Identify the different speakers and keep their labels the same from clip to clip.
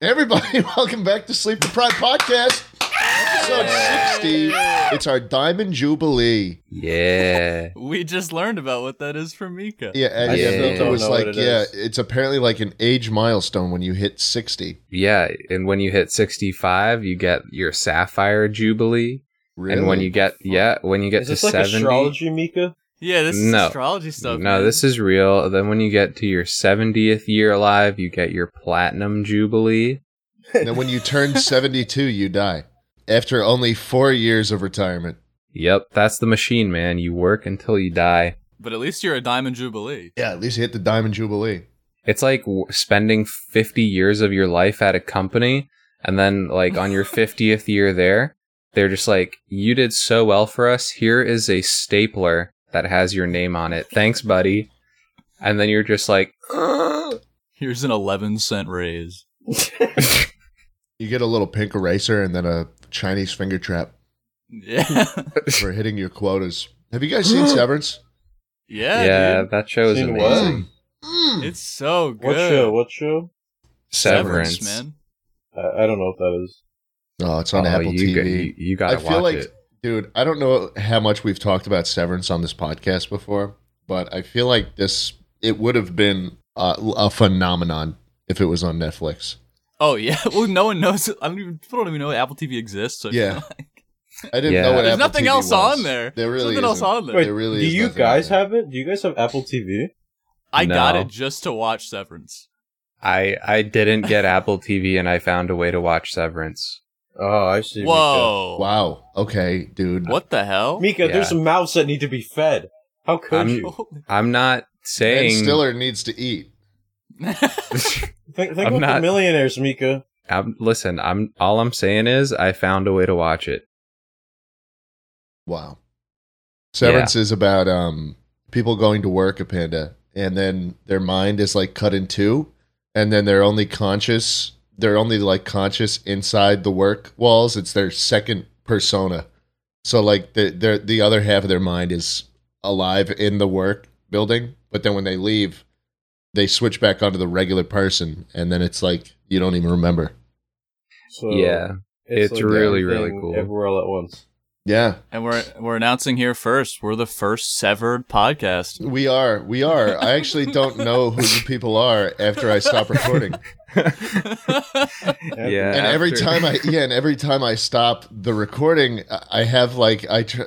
Speaker 1: Everybody, welcome back to Sleep Deprived Podcast, episode 60. It's our Diamond Jubilee.
Speaker 2: Yeah.
Speaker 3: We just learned about what that is from Mika.
Speaker 1: Yeah, and
Speaker 2: I
Speaker 1: yeah,
Speaker 2: still
Speaker 1: Mika
Speaker 2: don't
Speaker 1: was
Speaker 4: know what
Speaker 1: like,
Speaker 4: it
Speaker 1: yeah,
Speaker 4: is.
Speaker 1: it's apparently like an age milestone when you hit 60.
Speaker 2: Yeah. And when you hit 65, you get your Sapphire Jubilee.
Speaker 1: Really?
Speaker 2: And when you get, yeah, when you get
Speaker 4: Is
Speaker 2: to
Speaker 4: this like
Speaker 2: 70.
Speaker 4: astrology, Mika?
Speaker 3: Yeah, this is
Speaker 2: No.
Speaker 3: astrology stuff.
Speaker 2: No,
Speaker 3: man.
Speaker 2: this is real. Then when you get to your 70th year alive, you get your Platinum Jubilee.
Speaker 1: Now, when you turn 72, you die after only four years of retirement.
Speaker 2: Yep. That's the machine, man. You work until you die.
Speaker 3: But at least you're a diamond jubilee.
Speaker 1: Yeah, at least you hit the Diamond Jubilee.
Speaker 2: It's like w- spending 50 years of your life at a company and then like on your 50th year there, they're just like, "You did so well for us. Here is a stapler that has your name on it. Thanks, buddy." And then you're just like,
Speaker 3: Here's an 11 cent raise.
Speaker 1: You get a little pink eraser and then a Chinese finger trap
Speaker 3: Yeah.
Speaker 1: for hitting your quotas. Have you guys seen Severance?
Speaker 3: yeah,
Speaker 2: "Yeah,
Speaker 3: dude.
Speaker 2: that show is
Speaker 4: Seen what?
Speaker 2: amazing."
Speaker 1: Mm. Mm.
Speaker 3: It's so good.
Speaker 4: What show? What show?
Speaker 2: Severance,
Speaker 3: man.
Speaker 4: I, I don't know if that is.
Speaker 1: Oh, it's on
Speaker 2: Oh,
Speaker 1: Apple
Speaker 2: you,
Speaker 1: TV.
Speaker 2: got- you, you gotta
Speaker 1: I
Speaker 2: watch
Speaker 1: feel like-
Speaker 2: it.
Speaker 1: Dude, I don't know how much we've talked about Severance on this podcast before, but I feel like this it would have been uh, a phenomenon if it was on Netflix.
Speaker 3: Oh, yeah. Well, no one knows. I don't even, people don't even know Apple TV exists. so-
Speaker 1: Yeah. I didn't
Speaker 2: Yeah.
Speaker 1: know what
Speaker 3: There's
Speaker 1: Apple
Speaker 3: nothing
Speaker 1: TV
Speaker 3: else
Speaker 1: was.
Speaker 3: on there.
Speaker 1: There really
Speaker 3: Nothing else
Speaker 1: isn't.
Speaker 3: on there.
Speaker 1: Wait, really
Speaker 4: do
Speaker 1: is
Speaker 4: you
Speaker 1: nothing on
Speaker 4: guys
Speaker 1: there.
Speaker 4: have it? Do you guys have Apple TV?
Speaker 3: I got
Speaker 2: No.
Speaker 3: it just to watch Severance.
Speaker 2: I I didn't get Apple TV, and I found a way to watch Severance.
Speaker 4: Oh, I see.
Speaker 3: Whoa.
Speaker 1: Wow. Okay, dude.
Speaker 3: What the hell?
Speaker 4: Mika, Mika
Speaker 2: Yeah.
Speaker 4: there's mouths that need to be fed. How could
Speaker 2: I'm-
Speaker 4: you?
Speaker 2: I'm not
Speaker 1: Ben
Speaker 2: saying
Speaker 1: Stiller needs to eat.
Speaker 4: Think, think
Speaker 2: I'm
Speaker 4: about the
Speaker 2: not-
Speaker 4: millionaires, Mika.
Speaker 2: I'm, listen, I'm all I'm saying is I found a way to watch it.
Speaker 1: Wow. Severance is about um people going to work at Panda and then their mind is like cut in two and then they're only conscious they're only like conscious inside the work walls. It's their second persona. So like the their the other half of their mind is alive in the work building, but then when they leave they switch back onto the regular person and then it's like you don't even remember.
Speaker 4: So
Speaker 2: yeah. It's really, really
Speaker 4: everything
Speaker 2: cool.
Speaker 4: Everywhere all at once.
Speaker 1: Yeah.
Speaker 3: and we're we're announcing here first, we're the first severed podcast.
Speaker 1: We are. We are. I actually don't know who you people are after I stop recording.
Speaker 4: Yeah.
Speaker 2: yeah.
Speaker 1: and every
Speaker 2: after-
Speaker 1: time I yeah, and every time I stop the recording, I- I have like I tr-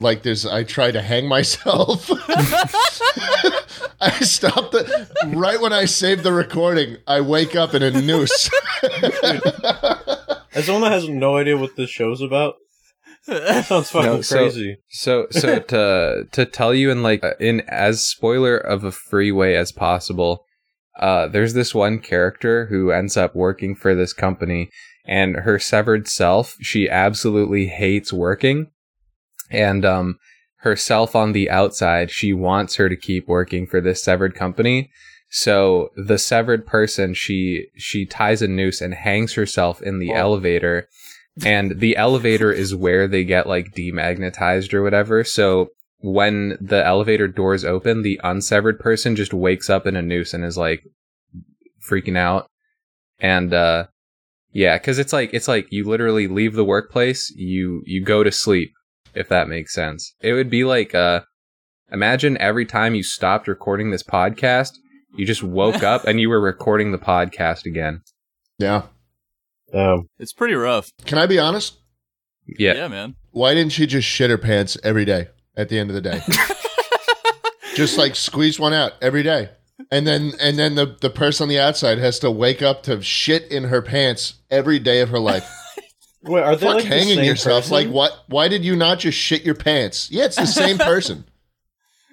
Speaker 1: like there's I try to hang myself. I stop the right when I save the recording. I wake up in a noose.
Speaker 4: As someone that has no idea what this show's about, that sounds fucking
Speaker 2: No, so-
Speaker 4: crazy.
Speaker 2: So so to to tell you in like in as spoiler of a free way as possible, uh there's this one character who ends up working for this company and her severed self, she absolutely hates working. And um herself on the outside, she wants her to keep working for this severed company. So the severed person, she she ties a noose and hangs herself in the
Speaker 4: Oh.
Speaker 2: elevator. And the elevator is where they get like demagnetized or whatever. So when the elevator doors open, the unsevered person just wakes up in a noose and is like freaking out. And uh yeah, cuz it's like it's like you literally leave the workplace, you you go to sleep if that makes sense. It would be like uh imagine every time you stopped recording this podcast, you just woke up and you were recording the podcast again.
Speaker 1: yeah.
Speaker 4: Um,
Speaker 3: It's pretty rough.
Speaker 1: Can I be honest?
Speaker 2: Yeah.
Speaker 3: yeah man.
Speaker 1: Why didn't she just shit her pants every day at the end of the day? just like squeeze one out every day and then and then the, the person on the outside has to wake up to shit in her pants every day of her life
Speaker 4: wait, are they
Speaker 1: fuck
Speaker 4: like the
Speaker 1: hanging
Speaker 4: same
Speaker 1: yourself
Speaker 4: person?
Speaker 1: like what why did you not just shit your pants yeah it's the same person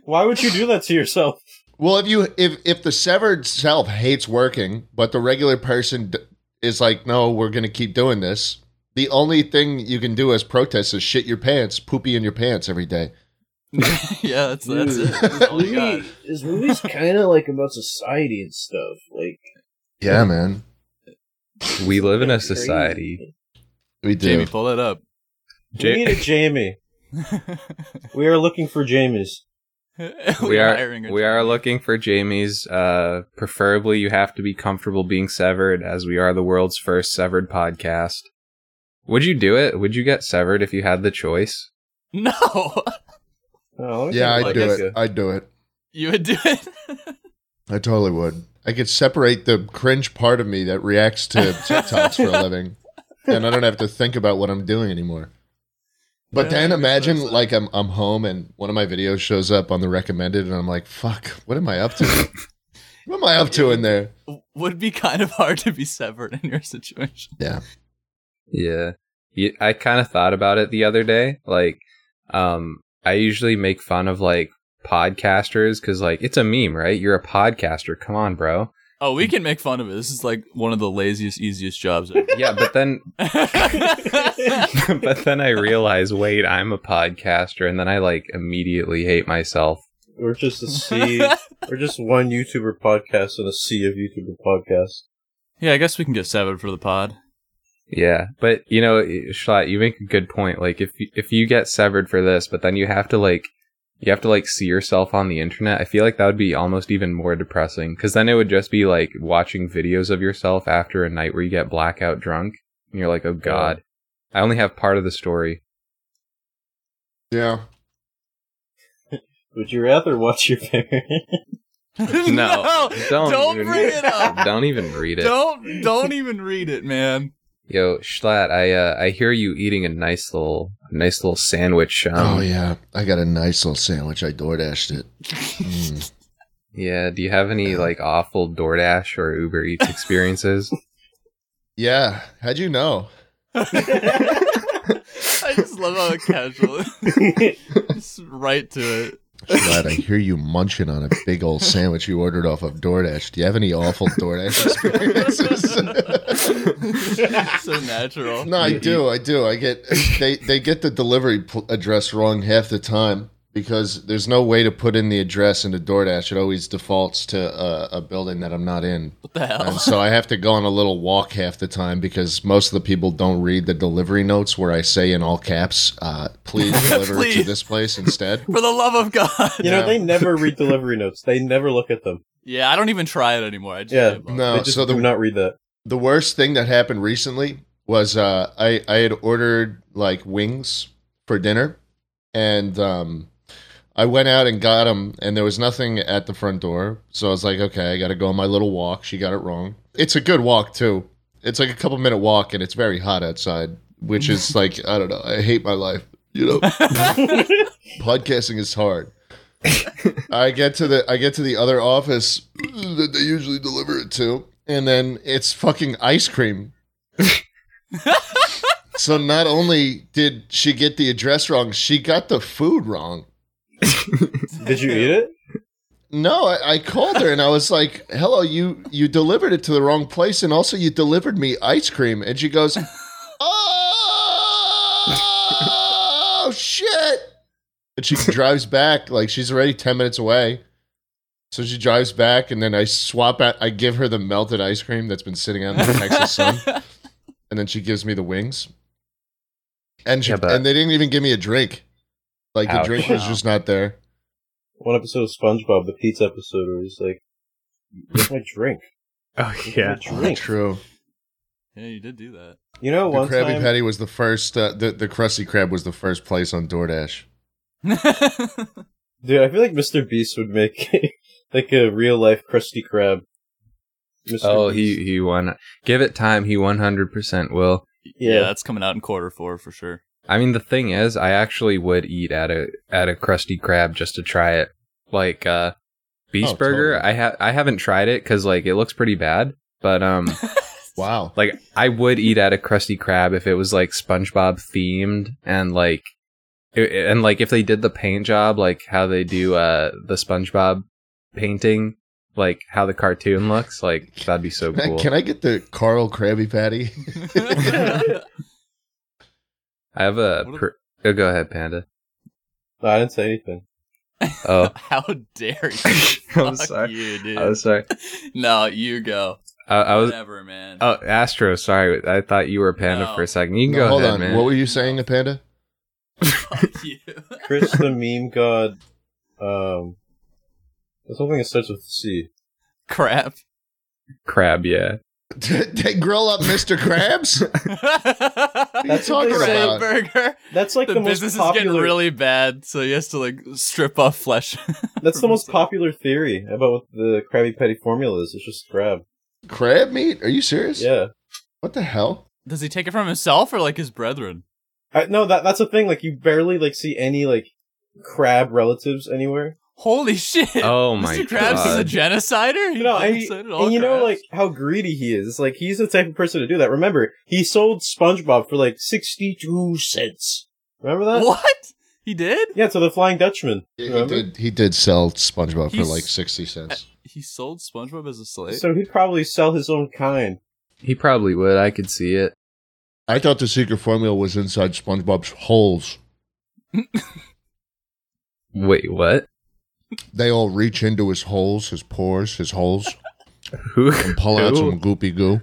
Speaker 4: Why would you do that to yourself?
Speaker 1: well if you if if the severed self hates working but the regular person d- is like no we're gonna keep doing this the only thing you can do as protest is shit your pants poopy in your pants every day
Speaker 3: yeah, that's that's it. Oh That's
Speaker 1: Oh
Speaker 3: all you got.
Speaker 4: this movie's kind of like about society and stuff. Like
Speaker 1: yeah man
Speaker 2: We live in a society.
Speaker 1: we do
Speaker 3: Jamie, pull that up.
Speaker 4: We need a Jamie. we are looking for Jamies.
Speaker 2: we are we are looking for Jamie's. Uh, preferably, you have to be comfortable being severed, as we are the world's first severed podcast. Would you do it? Would you get severed if you had the choice?
Speaker 3: No,
Speaker 4: Oh, let me
Speaker 1: Yeah,
Speaker 4: think
Speaker 1: I'd
Speaker 4: about
Speaker 1: do
Speaker 4: this.
Speaker 1: it. I'd do it.
Speaker 3: you would do it.
Speaker 1: I totally would. I could separate the cringe part of me that reacts to TikToks for a living, and I don't have to think about what I'm doing anymore. But
Speaker 3: Yeah,
Speaker 1: then
Speaker 3: I guess
Speaker 1: imagine
Speaker 3: that's- uh,
Speaker 1: like I'm I'm home and one of my videos shows up on the recommended, and I'm like, "Fuck, what am I up to? what am I up to in there?"
Speaker 3: would be kind of hard to be severed in your situation.
Speaker 1: Yeah,
Speaker 2: Yeah. Ye- I kind of thought about it the other day. Like, um, I usually make fun of like podcasters because like it's a meme, right? You're a podcaster. Come on, bro.
Speaker 3: Oh, we can make fun of it. This is like one of the laziest, easiest jobs ever.
Speaker 2: Yeah, but then, but then I realize, wait, I'm a podcaster, and then I like immediately hate myself.
Speaker 4: We're just a sea. we're just one YouTuber podcast and a sea of YouTuber podcasts.
Speaker 3: yeah, I guess we can get severed for the pod.
Speaker 2: Yeah, but you know, Schlatt, you make a good point. Like, if y- if you get severed for this, but then you have to like, you have to like see yourself on the internet. I feel like that would be almost even more depressing because then it would just be like watching videos of yourself after a night where you get blackout drunk, and you're like, oh god, I only have part of the story.
Speaker 1: yeah.
Speaker 4: Would you rather watch your parents?
Speaker 3: no,
Speaker 2: don't
Speaker 3: don't
Speaker 2: even-
Speaker 3: bring it up.
Speaker 2: Don't even read it.
Speaker 3: Don't don't even read it, man.
Speaker 2: Yo, Schlatt, I uh, I hear you eating a nice little nice little sandwich. Um,
Speaker 1: oh yeah, I got a nice little sandwich. I DoorDashed it. Mm.
Speaker 2: Yeah, do you have any like awful DoorDash or Uber Eats experiences?
Speaker 1: Yeah, how'd you know?
Speaker 3: I just love how casual. just right to it.
Speaker 1: Glad I hear you munching on a big old sandwich you ordered off of DoorDash. Do you have any awful DoorDash experiences?
Speaker 3: so natural.
Speaker 1: no, I do. I do. I get they they get the delivery pl- address wrong half the time because there's no way to put in the address into DoorDash. It always defaults to uh, a building that I'm not in.
Speaker 3: What the hell?
Speaker 1: And so I have to go on a little walk half the time because most of the people don't read the delivery notes where I say in all caps, uh, please deliver to
Speaker 3: Please.
Speaker 1: this place instead.
Speaker 3: For the love of God.
Speaker 4: You know,
Speaker 1: Yeah.
Speaker 4: they never read delivery notes. They never look at them.
Speaker 3: Yeah, I don't even try it anymore. I just
Speaker 4: Yeah.
Speaker 3: give up.
Speaker 1: No,
Speaker 4: they just
Speaker 1: so the
Speaker 4: do not read that.
Speaker 1: the worst thing that happened recently was uh, I I had ordered like wings for dinner, and um, I went out and got them, and there was nothing at the front door, so I was like, okay, I got to go on my little walk. She got it wrong. It's a good walk too. It's like a couple minute walk, and it's very hot outside, which is like I don't know. I hate my life. You know, podcasting is hard. I get to the I get to the other office that they usually deliver it to, and then it's fucking ice cream. so not only did she get the address wrong, she got the food wrong.
Speaker 4: Did you eat it?
Speaker 1: No, I, I called her and I was like, "Hello, you you delivered it to the wrong place, and also you delivered me ice cream." And she goes, "Oh shit!" And she drives back like she's already ten minutes away. So she drives back, and then I swap out. I give her the melted ice cream that's been sitting out in the Texas sun, and then she gives me the wings. And she,
Speaker 2: Yeah, but-
Speaker 1: and they didn't even give me a drink. Like the
Speaker 2: Ouch.
Speaker 1: drink was
Speaker 3: Wow.
Speaker 1: just not there.
Speaker 4: One episode of SpongeBob, the pizza episode, where he's like, "Where's my drink?
Speaker 2: Oh
Speaker 4: Where's my drink."
Speaker 1: True.
Speaker 3: Yeah, you did do that.
Speaker 4: You know,
Speaker 1: The
Speaker 4: one
Speaker 1: Krabby
Speaker 4: time,
Speaker 1: Patty was the first. Uh, the the Krusty Krab was the first place on DoorDash.
Speaker 4: dude, I feel like Mr. Beast would make like a real life Krusty Krab. Mr.
Speaker 2: Oh,
Speaker 4: Beast.
Speaker 2: he he won. Give it time. He one hundred percent will.
Speaker 3: yeah.
Speaker 4: Yeah.
Speaker 3: that's coming out in quarter four for sure.
Speaker 2: I mean, the thing is, I actually would eat at a at a Krusty Krab just to try it. Like uh, Beast
Speaker 1: Oh,
Speaker 2: Burger,
Speaker 1: totally.
Speaker 2: I ha- I haven't tried it because like it looks pretty bad. But um,
Speaker 1: Wow.
Speaker 2: like I would eat at a Krusty Krab if it was like SpongeBob themed and like it, and like if they did the paint job like how they do uh the SpongeBob painting like how the cartoon looks like that'd be so
Speaker 1: Can I-
Speaker 2: cool.
Speaker 1: Can I get the Carl Krabby Patty?
Speaker 2: I have a.
Speaker 3: What a-
Speaker 2: Per- oh, go ahead, Panda.
Speaker 4: No, I didn't say anything.
Speaker 2: Oh,
Speaker 3: How dare you?
Speaker 2: I'm
Speaker 3: Fuck
Speaker 2: sorry.
Speaker 3: you, dude.
Speaker 2: I'm sorry.
Speaker 3: No, you go.
Speaker 2: I, I was.
Speaker 3: Never, man.
Speaker 2: Oh, Astro. Sorry, I thought you were a panda
Speaker 3: No.
Speaker 2: for a second. You can
Speaker 1: No,
Speaker 2: go
Speaker 1: hold
Speaker 2: ahead,
Speaker 1: on.
Speaker 2: man.
Speaker 1: What were you saying, Panda?
Speaker 3: Fuck you.
Speaker 4: Chris, the meme god, Um, there's something that starts with C.
Speaker 3: Crap.
Speaker 2: Crab, yeah.
Speaker 1: Grow up, Mr. Krabs.
Speaker 4: That's what
Speaker 1: talking
Speaker 4: they say.
Speaker 1: about?
Speaker 3: burger.
Speaker 4: That's like
Speaker 3: The,
Speaker 4: the,
Speaker 3: business
Speaker 4: most
Speaker 3: is getting
Speaker 4: popular.
Speaker 3: really bad, so he has to like strip off flesh.
Speaker 4: that's the most popular theory about what the Krabby Patty formula is. It's just crab.
Speaker 1: Crab meat? Are you serious?
Speaker 4: Yeah.
Speaker 1: What the hell?
Speaker 3: Does he take it from himself or like his brethren?
Speaker 4: I, no, that that's the thing. Like you barely like see any like crab relatives anywhere.
Speaker 3: Holy shit!
Speaker 2: Oh my
Speaker 3: Mr. Krabs is a
Speaker 2: god.
Speaker 3: genocider. He
Speaker 4: You know, and, he-
Speaker 3: genocided all
Speaker 4: and you know
Speaker 3: crabs?
Speaker 4: like how greedy he is. Like he's the type of person to do that. Remember, he sold SpongeBob for like sixty-two cents. Remember that?
Speaker 3: what he did?
Speaker 4: Yeah, to the Flying Dutchman.
Speaker 1: He
Speaker 4: remember?
Speaker 1: did, he did sell SpongeBob for
Speaker 3: He's-
Speaker 1: like 60 cents.
Speaker 3: He sold SpongeBob as a slave.
Speaker 4: So he'd probably sell his own kind.
Speaker 2: He probably would. I could see it.
Speaker 1: I thought the secret formula was inside SpongeBob's holes.
Speaker 2: Wait, what?
Speaker 1: They all reach into his holes, his pores, his holes,
Speaker 2: Who?
Speaker 1: and pull out
Speaker 2: who?
Speaker 1: some goopy goo.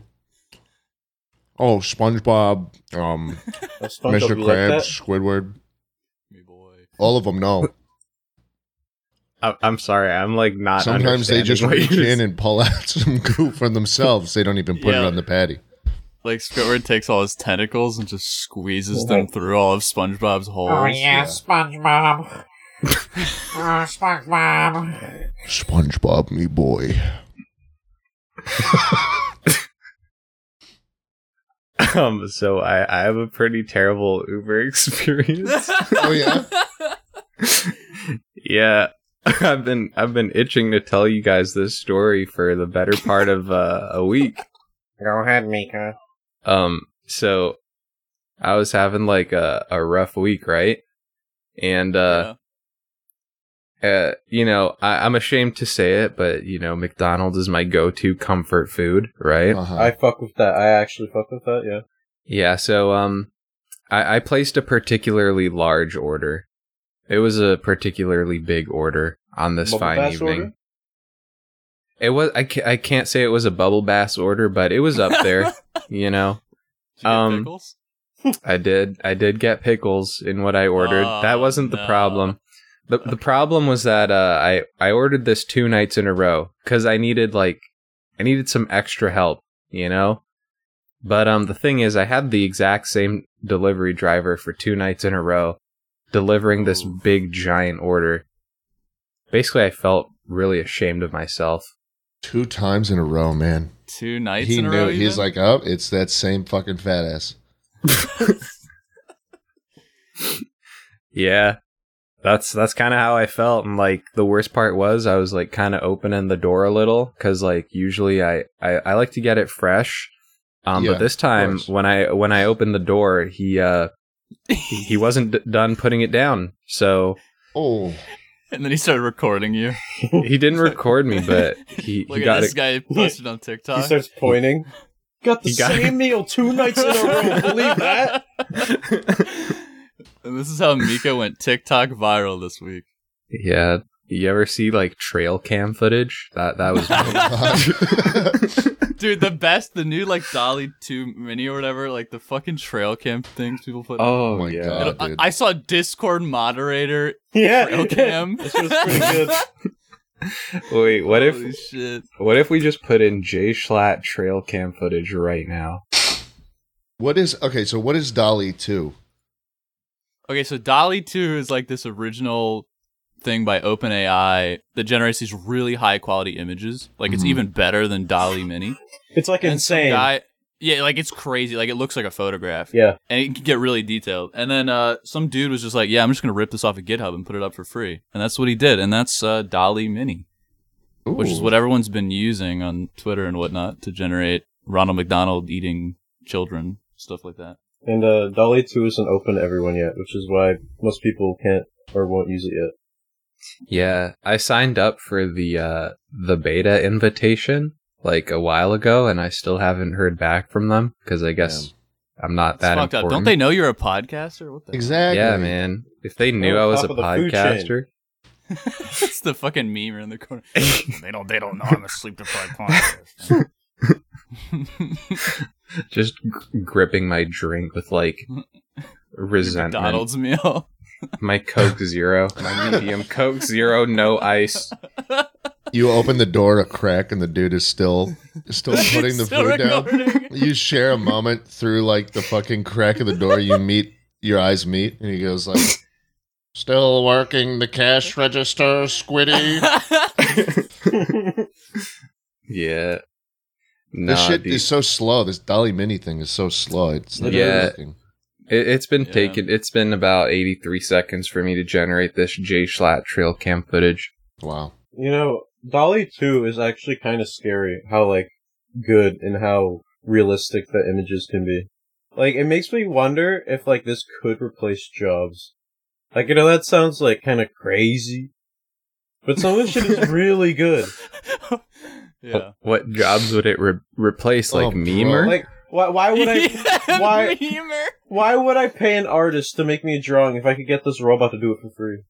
Speaker 1: Oh, SpongeBob, um,
Speaker 4: Now, SpongeBob,
Speaker 1: Mr.
Speaker 4: you like
Speaker 1: Krabs,
Speaker 4: that?
Speaker 1: Squidward,
Speaker 3: Me boy.
Speaker 1: all of them know.
Speaker 2: I- I'm sorry. I'm like not.
Speaker 1: Sometimes they
Speaker 2: understanding
Speaker 1: just
Speaker 2: what
Speaker 1: reach
Speaker 2: you're
Speaker 1: in and pull out some goo from themselves. They don't even put
Speaker 3: Yeah.
Speaker 1: it on the patty.
Speaker 3: Like Squidward takes all his tentacles and just squeezes them through all of SpongeBob's holes.
Speaker 5: Oh yeah, SpongeBob. oh, SpongeBob.
Speaker 1: SpongeBob, me boy.
Speaker 2: Um, so I, I have a pretty terrible Uber experience.
Speaker 1: Oh, yeah?
Speaker 2: yeah. I've been I've been itching to tell you guys this story for the better part of uh, a week.
Speaker 5: Go ahead, Mika.
Speaker 2: Um so I was having like a, a rough week, right? And uh, uh you know, I, I'm ashamed to say it, but you know, McDonald's is my go to comfort food, right?
Speaker 1: Uh-huh.
Speaker 4: I fuck with that. I actually fuck with that. Yeah.
Speaker 2: Yeah, so um I, I placed a particularly large order. It was a particularly big order on this
Speaker 4: Bubble
Speaker 2: fine
Speaker 4: bass
Speaker 2: evening.
Speaker 4: order?
Speaker 2: It was I, ca- I can't say it was a bubble bass order, but it was up there, you know.
Speaker 3: Did you get
Speaker 2: Um,
Speaker 3: pickles?
Speaker 2: I did I did get pickles in what I ordered.
Speaker 3: Oh,
Speaker 2: that wasn't the
Speaker 3: no.
Speaker 2: problem. The the problem was that uh I I ordered this two nights in a row cuz I needed like I needed some extra help, you know? But um the thing is I had the exact same delivery driver for two nights in a row delivering this
Speaker 3: Oof.
Speaker 2: big giant order. Basically I felt really ashamed of myself.
Speaker 1: Two times in a row, man.
Speaker 3: two nights
Speaker 1: he
Speaker 3: in a
Speaker 1: knew.
Speaker 3: row.
Speaker 1: He's
Speaker 3: even?
Speaker 1: like, oh, it's that same fucking fat ass.
Speaker 2: Yeah. That's that's kind of how I felt and like the worst part was I was like kind of opening the door a little cuz like usually I, I I like to get it fresh. Um
Speaker 1: Yeah,
Speaker 2: but this time
Speaker 1: course.
Speaker 2: when I when I opened the door, he uh he he wasn't d- done putting it down. So
Speaker 1: Oh,
Speaker 3: and then he started recording you.
Speaker 2: he didn't record me, but he,
Speaker 3: Look
Speaker 2: he
Speaker 3: at
Speaker 2: got
Speaker 3: this
Speaker 2: it.
Speaker 3: guy posted on TikTok.
Speaker 4: He starts pointing. Got the
Speaker 2: He got-
Speaker 4: same meal two nights in a row. Believe that?
Speaker 3: and this is how Mika went TikTok viral this week.
Speaker 2: Yeah. You ever see like trail cam footage? That that was
Speaker 1: Oh,
Speaker 2: Oh,
Speaker 1: God.
Speaker 3: Dude, the best, the new like Dolly 2 mini or whatever, like the fucking trail cam things people put.
Speaker 1: Oh my yeah.
Speaker 3: I,
Speaker 1: God.
Speaker 3: I-
Speaker 1: dude.
Speaker 3: I saw Discord moderator
Speaker 4: Yeah.
Speaker 3: trail cam.
Speaker 4: this was pretty good.
Speaker 2: Wait, what
Speaker 3: Holy
Speaker 2: if
Speaker 3: shit.
Speaker 2: what if we just put in J Schlatt trail cam footage right now?
Speaker 1: what is okay? So what is Dolly two?
Speaker 3: Okay, so Dolly 2 is like this original thing by OpenAI that generates these really high quality images. Like it's
Speaker 1: Mhm.
Speaker 3: even better than Dolly Mini.
Speaker 4: It's like
Speaker 3: And some
Speaker 4: insane.
Speaker 3: guy- yeah, like it's crazy. Like it looks like a photograph.
Speaker 4: Yeah.
Speaker 3: And it can get really detailed. And then uh, some dude was just like, yeah, I'm just going to rip this off of GitHub and put it up for free. And that's what he did. And that's uh, Dolly Mini, which is
Speaker 1: Ooh.
Speaker 3: what everyone's been using on Twitter and whatnot to generate Ronald McDonald eating children, stuff like that.
Speaker 4: And uh, Dolly 2 isn't open to everyone yet, which is why most people can't or won't use it yet.
Speaker 2: Yeah, I signed up for the uh the beta invitation like a while ago and I still haven't heard back from them cuz I guess I'm not
Speaker 3: It's
Speaker 2: that
Speaker 3: fucked up.
Speaker 2: important.
Speaker 3: Don't they know you're a podcaster? What the
Speaker 1: Exactly.
Speaker 2: Yeah, man. If they knew
Speaker 4: We're
Speaker 2: I
Speaker 4: on
Speaker 2: was a
Speaker 4: top of the food chain.
Speaker 2: podcaster.
Speaker 3: it's the fucking meme in the corner.
Speaker 6: they don't. They don't know I'm a sleep deprived podcast.
Speaker 2: just g- gripping my drink with like resentment.
Speaker 3: McDonald's meal.
Speaker 2: My Coke Zero, my medium Coke Zero, no ice.
Speaker 1: You open the door a crack, and the dude is still still putting the
Speaker 3: Still
Speaker 1: food down.
Speaker 3: recording.
Speaker 1: You share a moment through like the fucking crack of the door. You meet your eyes meet, and he goes like, "Still working the cash register, Squiddy."
Speaker 2: Yeah. Nah,
Speaker 1: this shit
Speaker 2: dude.
Speaker 1: is so slow. This Dolly Mini thing is so slow. It's not
Speaker 2: Yeah.
Speaker 1: working.
Speaker 2: It, it's been
Speaker 3: Yeah.
Speaker 2: taken. It's been about eighty-three seconds for me to generate this J Schlatt trail cam footage.
Speaker 1: Wow.
Speaker 4: You know, Dolly 2 is actually kind of scary how, like, good and how realistic the images can be. Like, it makes me wonder if, like, this could replace jobs. Like, you know, that sounds, like, kind of crazy. But some of this shit is really good.
Speaker 3: yeah.
Speaker 2: What jobs would it re- replace? Like
Speaker 1: Oh, bro.
Speaker 2: memer?
Speaker 4: Like, why, why would I, why-
Speaker 3: Dreamer.
Speaker 4: why would I pay an artist to make me a drawing if I could get this robot to do it for free?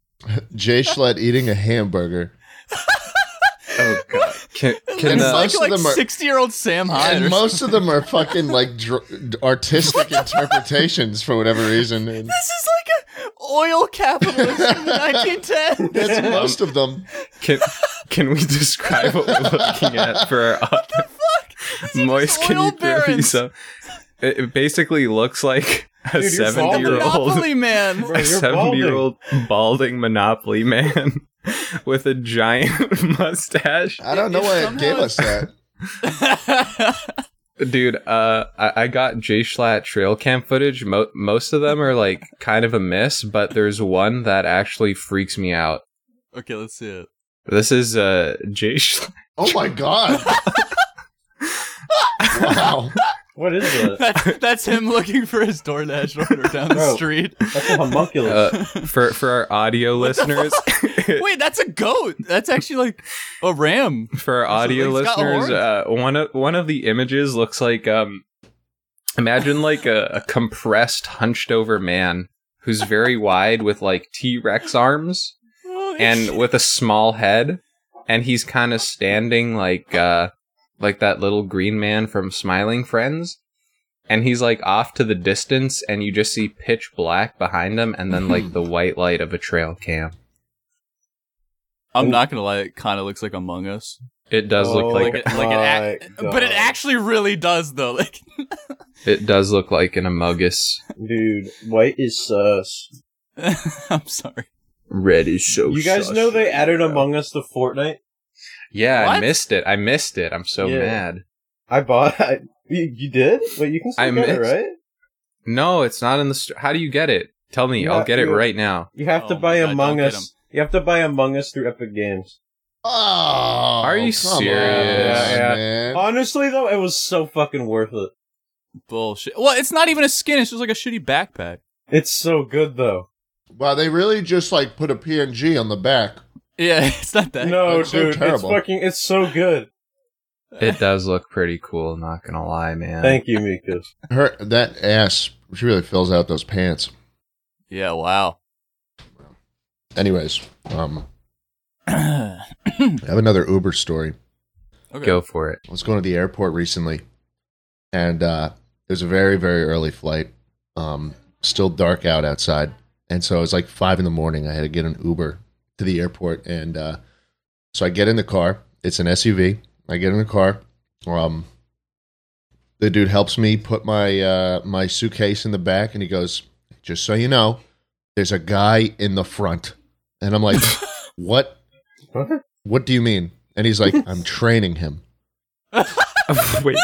Speaker 1: Jay Schlett eating a hamburger.
Speaker 2: oh god! Can, can
Speaker 1: And
Speaker 2: uh,
Speaker 1: most
Speaker 3: it's
Speaker 1: of
Speaker 3: like, like
Speaker 1: them are-
Speaker 3: sixty-year-old Sam Hyde.
Speaker 1: and
Speaker 3: or
Speaker 1: most of them are fucking like dr- artistic interpretations for whatever reason. And
Speaker 3: This is like a oil capitalist in the 1910s.
Speaker 1: that's most of them.
Speaker 2: can can we describe what we're looking at for our
Speaker 3: These are just
Speaker 2: moist? Can
Speaker 3: oil
Speaker 2: you throw me
Speaker 3: barons.
Speaker 2: some? It, it basically looks like a
Speaker 4: Dude, you're
Speaker 2: seventy-year-old,
Speaker 4: balding.
Speaker 3: Monopoly man.
Speaker 4: Bro,
Speaker 2: a
Speaker 4: you're balding.
Speaker 2: seventy-year-old balding Monopoly man with a giant mustache.
Speaker 1: I don't know
Speaker 3: If
Speaker 1: why it
Speaker 3: somehow
Speaker 1: gave
Speaker 3: it's-
Speaker 1: us that.
Speaker 2: Dude, uh, I, I got J Schlatt trail cam footage. Mo- most of them are like kind of a miss, but there's one that actually freaks me out.
Speaker 3: okay, let's see it.
Speaker 2: This is uh, J Schlatt.
Speaker 1: Oh my god! wow.
Speaker 4: What is that?
Speaker 3: That's, that's him looking for his DoorDash order down the
Speaker 4: Bro.
Speaker 3: street.
Speaker 4: That's a homunculus.
Speaker 2: Uh, for for our audio listeners,
Speaker 3: Wait, that's a goat. That's actually like a ram.
Speaker 2: for our audio
Speaker 3: It's got
Speaker 2: listeners,
Speaker 3: horns.
Speaker 2: uh, one of one of the images looks like um, imagine like a, a compressed, hunched over man who's very wide with like T Rex arms.
Speaker 3: Holy shit.
Speaker 2: and with a small head and he's kind of standing like uh like that little green man from smiling friends and he's like off to the distance and you just see pitch black behind him and then like the white light of a trail cam
Speaker 3: I'm not gonna lie, it kind of looks like Among Us,
Speaker 2: it does
Speaker 4: Oh,
Speaker 2: look like
Speaker 3: like it- like it
Speaker 4: my God.
Speaker 3: but it actually really does though. Like,
Speaker 2: it does look like an amogus
Speaker 4: Dude, white is sus.
Speaker 3: I'm sorry.
Speaker 2: red is so
Speaker 4: you guys know they added Among Us to Fortnite?
Speaker 2: yeah i
Speaker 3: What?
Speaker 2: missed it i missed it i'm so
Speaker 4: Yeah.
Speaker 2: mad
Speaker 4: I bought. I, you, you did? Wait, you can still
Speaker 2: I
Speaker 4: get it,
Speaker 2: missed-
Speaker 4: right?
Speaker 2: no it's not in the st- how do you get it tell me i'll
Speaker 4: Yeah,
Speaker 2: get it
Speaker 4: you-
Speaker 2: right now
Speaker 4: You have to
Speaker 3: Oh my
Speaker 4: buy
Speaker 3: God,
Speaker 4: Among
Speaker 3: don't get
Speaker 4: Us. You have to buy Among Us through Epic Games.
Speaker 1: Oh, are
Speaker 2: you serious?
Speaker 4: Yeah,
Speaker 1: man?
Speaker 4: Honestly, though, it was so fucking worth it.
Speaker 3: Bullshit. Well, it's not even a skin. It's just like a shitty backpack.
Speaker 4: It's so good, though.
Speaker 1: Wow, they really just like put a PNG on the back.
Speaker 3: Yeah, it's not that.
Speaker 4: no,
Speaker 1: that's so
Speaker 4: dude, it's
Speaker 1: terrible.
Speaker 4: fucking. It's so good.
Speaker 2: it does look pretty cool not gonna lie man
Speaker 4: Thank you, Mikus.
Speaker 1: Her that ass, she really fills out those pants.
Speaker 3: Yeah. Wow.
Speaker 1: Anyways, um,
Speaker 3: okay.
Speaker 1: I have another Uber story.
Speaker 2: go for it
Speaker 1: I was going to the airport recently, and uh, it was a very very early flight. Um, still dark out outside, and so it was like five in the morning. I had to get an Uber to the airport, and uh, so I get in the car. It's an SUV. I get in the car. Um, the dude helps me put my uh, my suitcase in the back, and he goes, "Just so you know, there's a guy in the front." And I'm like, "What?
Speaker 4: What?
Speaker 1: What do you mean?" And he's like, "I'm training him."
Speaker 2: Wait,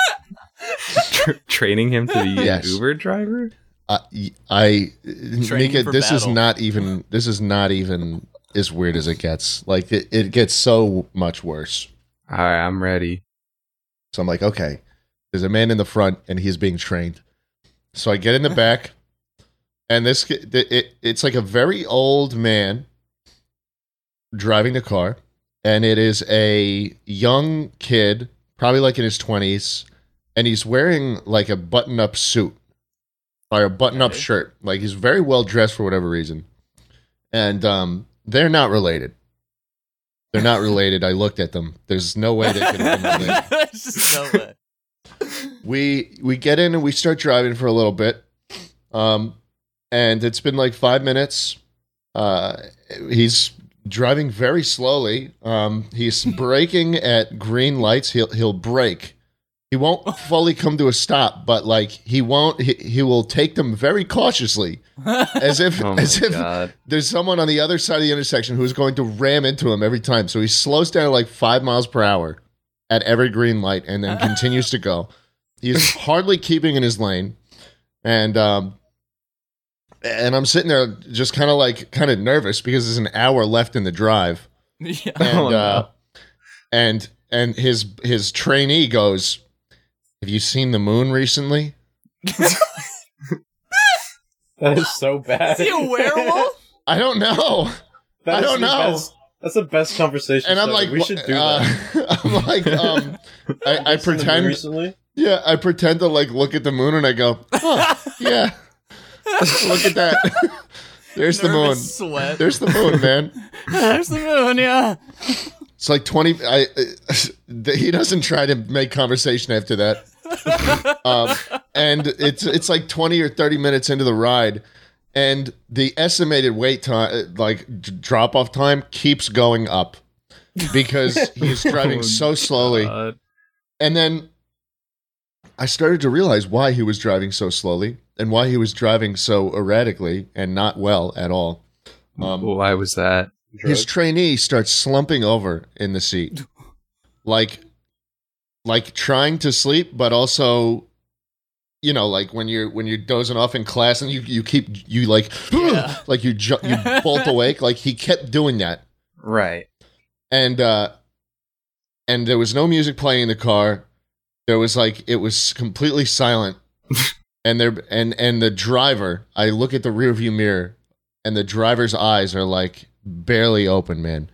Speaker 2: Tra- training him to be
Speaker 1: Yes.
Speaker 2: an Uber driver?
Speaker 1: I, I Mika,
Speaker 3: for
Speaker 1: this is
Speaker 3: battle.
Speaker 1: not even this is not even as weird as it gets. Like it, it gets so much worse.
Speaker 2: All right, I'm ready.
Speaker 1: So I'm like, okay, there's a man in the front and he's being trained. So I get in the back, and this g- th- it it's like a very old man driving the car, and it is a young kid, probably like in his twenties, and he's wearing like a button-up suit or a button-up
Speaker 3: Okay.
Speaker 1: shirt. Like he's very well dressed for whatever reason, and um, they're not related. They're not related. I looked at them. There's no way they could have been related
Speaker 3: There's just no way.
Speaker 1: we we get in and we start driving for a little bit um and it's been like five minutes Uh, he's driving very slowly. Um, he's braking at green lights. He'll he'll brake. He won't fully come to a stop, but like he won't. He, he will take them very cautiously, as if
Speaker 2: Oh my
Speaker 1: as if
Speaker 2: god.
Speaker 1: there's someone on the other side of the intersection who's going to ram into him every time. So he slows down at like five miles per hour at every green light and then continues to go. He's hardly keeping in his lane. And um and I'm sitting there just kind of like kind of nervous because there's an hour left in the drive.
Speaker 3: yeah.
Speaker 1: And
Speaker 2: Oh, no.
Speaker 1: uh and and his his trainee goes, Have you seen the moon recently?
Speaker 4: That is so bad.
Speaker 3: Is he a werewolf?
Speaker 1: I don't know.
Speaker 4: That
Speaker 1: I
Speaker 4: is
Speaker 1: don't
Speaker 4: the
Speaker 1: know.
Speaker 4: Best, that's the best conversation.
Speaker 1: And I'm
Speaker 4: starter.
Speaker 1: like,
Speaker 4: we
Speaker 1: "Wha-
Speaker 4: should do
Speaker 1: uh,
Speaker 4: that.
Speaker 1: I'm like, um, I, I
Speaker 4: Have you seen the movie
Speaker 1: pretend
Speaker 4: recently.
Speaker 1: Yeah, I pretend to like look at the moon and I go, huh, yeah, look at that. There's the moon.
Speaker 3: Nervous Sweat.
Speaker 1: There's the moon, man.
Speaker 3: There's the moon. Yeah.
Speaker 1: It's like 20. I, uh, he doesn't try to make conversation after that. um, and it's it's like 20 or 30 minutes into the ride. And the estimated wait time, like d- drop off time, keeps going up because he's driving
Speaker 3: Oh
Speaker 1: so slowly.
Speaker 2: God.
Speaker 1: And then I started to realize why he was driving so slowly and why he was driving so erratically and not well at all. Um,
Speaker 2: Why was that?
Speaker 1: his trainee starts slumping over in the seat, like, like trying to sleep, but also, you know, like when you're when you're dozing off in class and you you keep you like
Speaker 3: Yeah.
Speaker 1: like you ju- you bolt awake. Like he kept doing that
Speaker 2: Right.
Speaker 1: and uh and there was no music playing in the car there was like it was completely silent and there and and the driver i look at the rearview mirror and the driver's eyes are like barely open man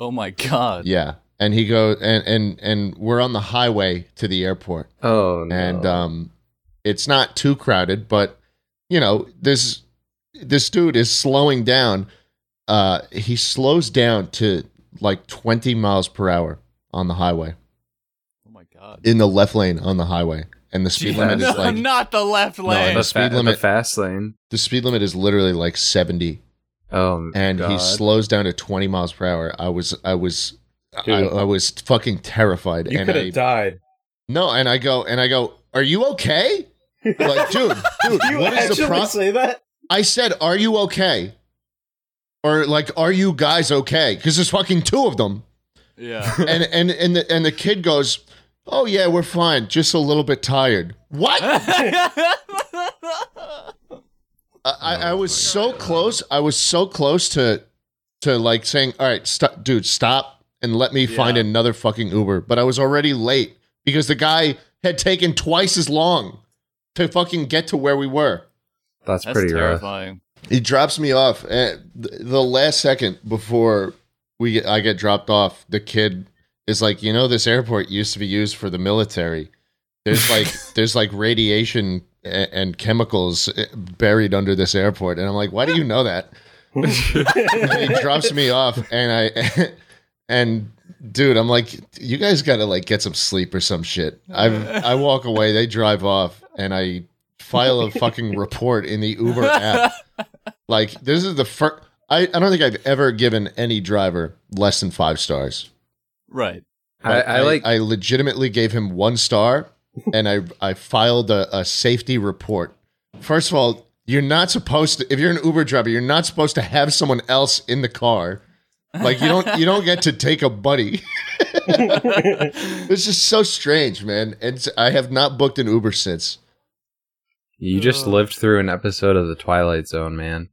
Speaker 3: Oh my god.
Speaker 1: yeah and he goes and and and we're on the highway to the airport
Speaker 2: Oh no.
Speaker 1: and um it's not too crowded but you know this this dude is slowing down uh he slows down to like 20 miles per hour on the highway
Speaker 3: Oh my god.
Speaker 1: in the left lane on the highway and the speed
Speaker 2: Jeez.
Speaker 1: limit
Speaker 3: no,
Speaker 1: is like
Speaker 3: not the left lane.
Speaker 2: the
Speaker 1: the speed
Speaker 2: speed limit,
Speaker 1: limit-
Speaker 2: the fast lane.
Speaker 1: the speed limit is literally like 70
Speaker 2: Oh, my
Speaker 1: and
Speaker 2: God.
Speaker 1: he slows down to 20 miles per hour i was i was I,
Speaker 4: Dude.
Speaker 1: I was fucking terrified
Speaker 4: You
Speaker 1: and
Speaker 4: could
Speaker 1: i
Speaker 4: have died.
Speaker 1: no and i go and i go are you okay like dude dude
Speaker 4: you
Speaker 1: what is
Speaker 4: actually
Speaker 1: the problem
Speaker 4: say that?
Speaker 1: I said, "Are you okay?" Or like, "Are you guys okay?" Because there's fucking two of them,
Speaker 3: yeah.
Speaker 1: and and and the, and the kid goes, "Oh yeah, we're fine, just a little bit tired." What? I, I, I was so close. I was so close to to like saying, "All right, stop, dude, stop, and let me find
Speaker 3: Yeah.
Speaker 1: another fucking Uber." But I was already late because the guy had taken twice as long to fucking get to where we were.
Speaker 2: That's,
Speaker 3: That's
Speaker 2: pretty rough.
Speaker 3: terrifying.
Speaker 1: he drops me off at th- the last second before we get, I get dropped off. The kid is like, you know, this airport used to be used for the military. There's like there's like radiation and, and chemicals eh, buried under this airport, and I'm like, why do you know that? And he drops me off, and I and dude, I'm like, you guys got to like get some sleep or some shit. I I walk away, they drive off, and I file a fucking report in the Uber app. Like this is the first. I, I don't think I've ever given any driver less than five stars.
Speaker 3: right.
Speaker 2: I, I like.
Speaker 1: I legitimately gave him one star, and I I filed a, a safety report. First of all, you're not supposed to. If you're an Uber driver, you're not supposed to have someone else in the car. Like you don't you don't get to take a buddy. it's just so strange, man. And I have not booked an Uber since.
Speaker 2: you just lived through an episode of The Twilight Zone, man.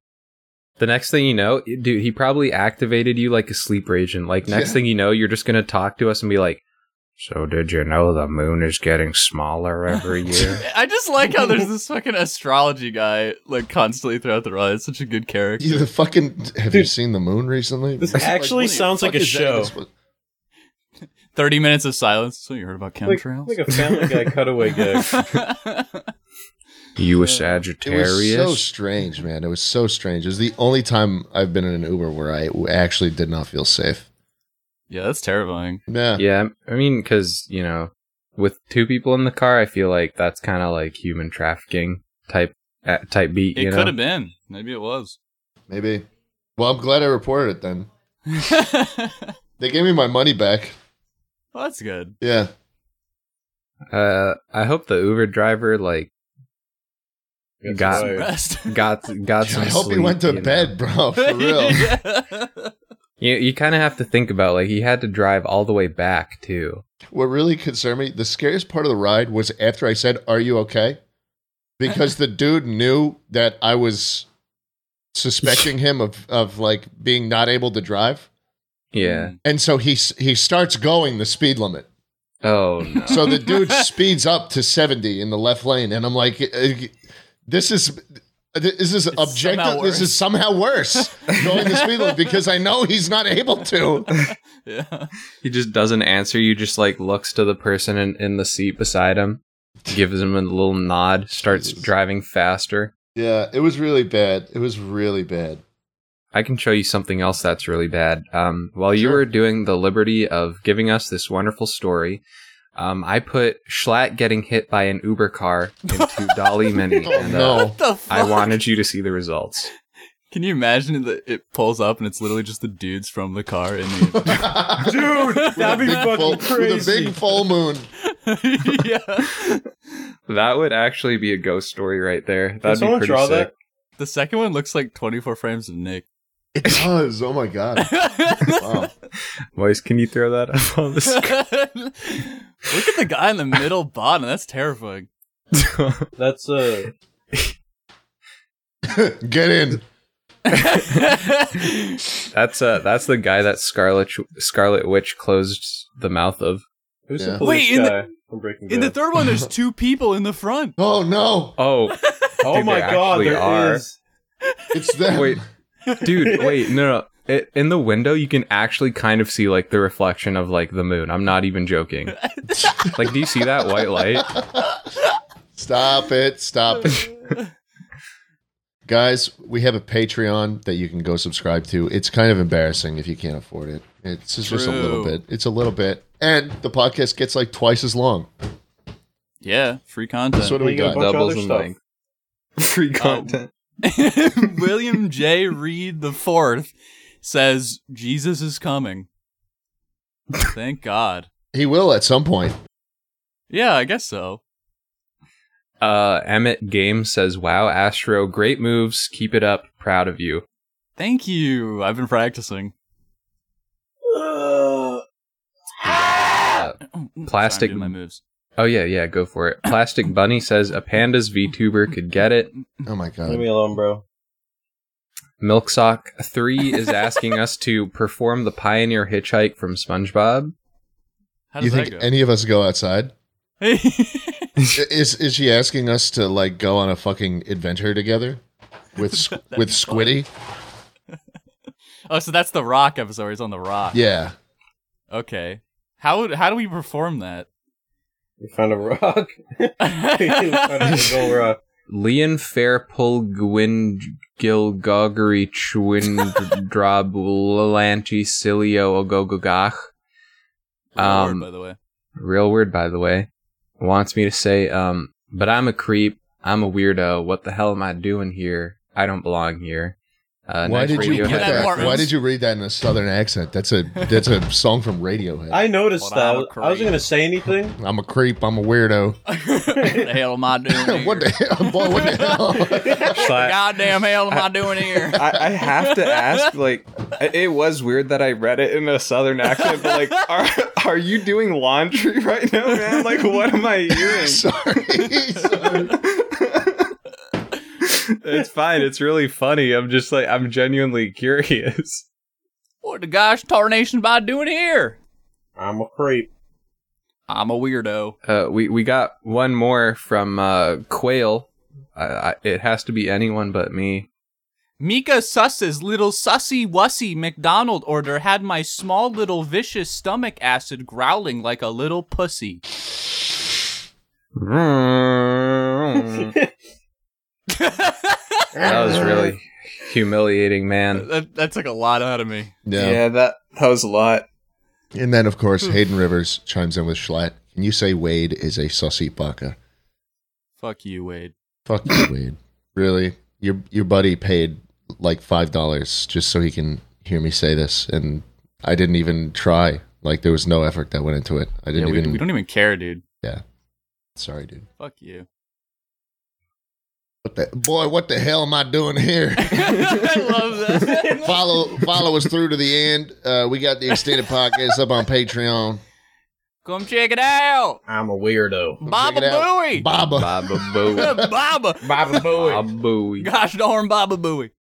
Speaker 2: The next thing you know, dude, he probably activated you like a sleeper agent. Like next
Speaker 1: Yeah.
Speaker 2: thing you know, you're just gonna talk to us and be like, "So did you know the moon is getting smaller every year?"
Speaker 3: I just like how there's this fucking astrology guy like constantly throughout the ride. It's such a good character.
Speaker 1: You the fucking have you
Speaker 4: Dude.
Speaker 1: seen the moon recently?
Speaker 4: This
Speaker 1: Like,
Speaker 4: actually
Speaker 1: what the
Speaker 4: sounds like
Speaker 1: fuck
Speaker 4: a
Speaker 1: is that?
Speaker 4: show.
Speaker 1: This was-
Speaker 3: Thirty minutes of silence. So you heard about
Speaker 4: Like,
Speaker 3: chemtrails?
Speaker 4: like a Family Guy cutaway gag.
Speaker 2: you a
Speaker 1: It was so
Speaker 2: Sagittarius?
Speaker 1: strange, man. It was so strange. It was the only time I've been in an Uber where I w- actually did not feel safe.
Speaker 3: yeah, that's terrifying.
Speaker 1: Yeah.
Speaker 2: yeah, I mean, because you know, with two people in the car, I feel like that's kind of like human trafficking type uh, type beat.
Speaker 3: It
Speaker 2: you know?
Speaker 3: could have been. Maybe it was.
Speaker 1: Maybe. Well, I'm glad I reported it then. They gave me my money back.
Speaker 3: well, that's good.
Speaker 1: Yeah.
Speaker 2: Uh, I hope the Uber driver like
Speaker 4: Gets
Speaker 2: Got-
Speaker 4: fired.
Speaker 3: Rest.
Speaker 2: got got
Speaker 1: I
Speaker 2: some.
Speaker 1: hope he
Speaker 2: sleep,
Speaker 1: went to
Speaker 2: you know?
Speaker 1: bed, bro. For real.
Speaker 2: You you kind of have to think about like he had to drive all the way back too.
Speaker 1: What really concerned me, the scariest part of the ride was after I said, Are you okay? Because the dude knew that I was suspecting him of, of like being not able to drive.
Speaker 2: Yeah.
Speaker 3: Hmm.
Speaker 1: And so he s- he starts going the speed limit.
Speaker 2: Oh no.
Speaker 1: So the dude speeds up to 70 in the left lane and I'm like eh, this is this is objective
Speaker 3: somehow
Speaker 1: this
Speaker 3: worse.
Speaker 1: is somehow worse going the speed limit because I know he's not able to.
Speaker 3: yeah.
Speaker 2: he just doesn't answer you. Just like looks to the person in, in the seat beside him, gives him a little nod, starts
Speaker 1: Jesus.
Speaker 2: driving faster.
Speaker 1: Yeah, it was really bad. It was really bad.
Speaker 2: I can show you something else that's really bad. Um, while you
Speaker 1: Sure.
Speaker 2: were doing the liberty of giving us this wonderful story, um, I put Schlatt getting hit by an Uber car into Dolly Mini,
Speaker 1: Oh
Speaker 2: and uh,
Speaker 1: no.
Speaker 3: What the fuck?
Speaker 2: I wanted you to see the results.
Speaker 3: Can you imagine that it pulls up and it's literally just the dudes from the car in the.
Speaker 1: uh,
Speaker 4: Dude, that'd be
Speaker 1: Big
Speaker 4: fucking
Speaker 1: full- With a
Speaker 4: crazy.
Speaker 1: big full moon.
Speaker 3: yeah.
Speaker 2: That would actually be a ghost story right there.
Speaker 4: Can
Speaker 2: That'd be
Speaker 4: someone
Speaker 2: pretty
Speaker 4: draw
Speaker 2: sick.
Speaker 4: that?
Speaker 3: The second one looks like 24 frames of Nick.
Speaker 1: It does. Oh my god. Wow.
Speaker 2: Moise, can you throw that up on the
Speaker 3: Look
Speaker 2: screen?
Speaker 3: at the guy in the middle bottom. That's terrifying.
Speaker 4: That's uh,
Speaker 1: Get in.
Speaker 2: that's uh that's the guy that Scarlet Scarlet Witch closed the mouth of.
Speaker 4: who's
Speaker 1: Yeah.
Speaker 4: the police
Speaker 3: Wait, in the-
Speaker 4: guy from Breaking
Speaker 3: In the
Speaker 4: Bad?
Speaker 3: third one, there's two people in the front.
Speaker 1: Oh no.
Speaker 2: Oh,
Speaker 4: oh
Speaker 2: Dude,
Speaker 4: my
Speaker 2: there
Speaker 4: god,
Speaker 2: actually
Speaker 4: there is.
Speaker 2: are.
Speaker 1: It's them.
Speaker 2: wait. Dude, wait, no no. It, in the window you can actually kind of see like the reflection of like the moon. I'm not even joking. like do you see that white light?
Speaker 1: Stop it. Stop it. Guys, we have a Patreon that you can go subscribe to. It's kind of embarrassing if you can't afford it. It's just, just a little
Speaker 3: True.
Speaker 1: bit. It's a little bit. And the podcast gets like twice as long.
Speaker 3: yeah, free
Speaker 1: So what
Speaker 3: content.
Speaker 1: do we
Speaker 4: We got
Speaker 1: got?
Speaker 4: bunch of
Speaker 2: Doubles
Speaker 4: other
Speaker 2: in
Speaker 4: stuff. Um,
Speaker 2: length. Free
Speaker 3: content. William J. Reed the Fourth says Jesus is coming. Thank God.
Speaker 1: He will at some point.
Speaker 3: Yeah, I guess so.
Speaker 2: Uh Emmett Game says, "Wow, Astro, great moves. Keep it up. Proud of you."
Speaker 3: Thank you. I've been practicing.
Speaker 2: Uh,
Speaker 3: Oh, sorry, I'm
Speaker 2: Plastic-
Speaker 3: doing my moves.
Speaker 2: Oh yeah, yeah, go for it. Plastic Bunny says a panda's VTuber could get it.
Speaker 1: Oh my
Speaker 4: Leave
Speaker 1: god.
Speaker 4: me alone, bro.
Speaker 2: Milksock three is asking us to perform the Pioneer Hitchhike from SpongeBob.
Speaker 3: How
Speaker 1: You
Speaker 3: does
Speaker 1: think
Speaker 3: that go?
Speaker 1: any of us go outside? is is she asking us to like go on a fucking adventure together with Squ- with Squiddy?
Speaker 3: oh, so that's the Rock episode. Where he's on the Rock.
Speaker 1: Yeah.
Speaker 3: Okay. How would- how do we perform that?
Speaker 4: You found a rock. you found a big old rock.
Speaker 2: Leon Fairpull Gwyn Gilgogory Chwindrabulanchi Cilio Ogogogach.
Speaker 3: Real
Speaker 2: Um,
Speaker 3: word, by the way.
Speaker 2: Real word, by the way. Wants me to say, um, but I'm a creep. I'm a weirdo. What the hell am I doing here? I don't belong here. Uh,
Speaker 1: Why
Speaker 2: nice
Speaker 1: did you
Speaker 2: Radiohead
Speaker 1: put that?
Speaker 3: reference.
Speaker 1: Why did you read that in a southern accent? That's a that's a song from Radiohead. I,
Speaker 4: I noticed
Speaker 3: Well, I'm a
Speaker 4: that. I wasn't gonna say anything.
Speaker 1: am a creep. I'm a weirdo.
Speaker 3: what the hell am I doing here?
Speaker 1: what the hell? Boy, what the hell?
Speaker 2: Slash-
Speaker 3: goddamn hell am I doing here?
Speaker 2: I, I have to ask, like, it- it was weird that I read it in a southern accent, but like, are are you doing laundry right now, man? Like, what am I doing?
Speaker 1: sorry, sorry.
Speaker 2: it's fine. It's really funny. I'm just like, I'm genuinely curious.
Speaker 3: what the gosh tarnation am I doing here?
Speaker 4: I'm a creep.
Speaker 3: I'm a weirdo.
Speaker 2: Uh, we we got one more from uh, Quail. Uh, I, it has to be anyone but me.
Speaker 3: Mika Suss's little sussy wussy McDonald order had my small little vicious stomach acid growling like a little pussy.
Speaker 2: that Mm. was really humiliating, man.
Speaker 3: that, that took a lot out of me.
Speaker 1: Yeah.
Speaker 2: that that was a lot.
Speaker 1: And then of course Hayden Rivers chimes in with Schlatt. Can you say Wade is a sussy baka?
Speaker 3: Fuck you, Wade.
Speaker 1: Fuck you, Wade. Really? Your your buddy paid like five dollars just so he can hear me say this, and I didn't even try. Like there was no effort that went into it. I
Speaker 3: Yeah,
Speaker 1: didn't
Speaker 3: we,
Speaker 1: even.
Speaker 3: we don't even care, dude.
Speaker 1: Sorry, dude.
Speaker 3: Fuck you.
Speaker 1: What the boy? What the hell am I doing here?
Speaker 3: I love that.
Speaker 1: follow follow us through to the end. Uh, we got the extended podcast up on Patreon.
Speaker 3: Come check it out.
Speaker 4: I'm a weirdo.
Speaker 3: Baba
Speaker 1: it out.
Speaker 3: Booey.
Speaker 1: Baba.
Speaker 2: Baba Booey.
Speaker 3: Baba.
Speaker 4: Baba Bowie.
Speaker 2: Baba Booey.
Speaker 3: Gosh darn Baba Booey.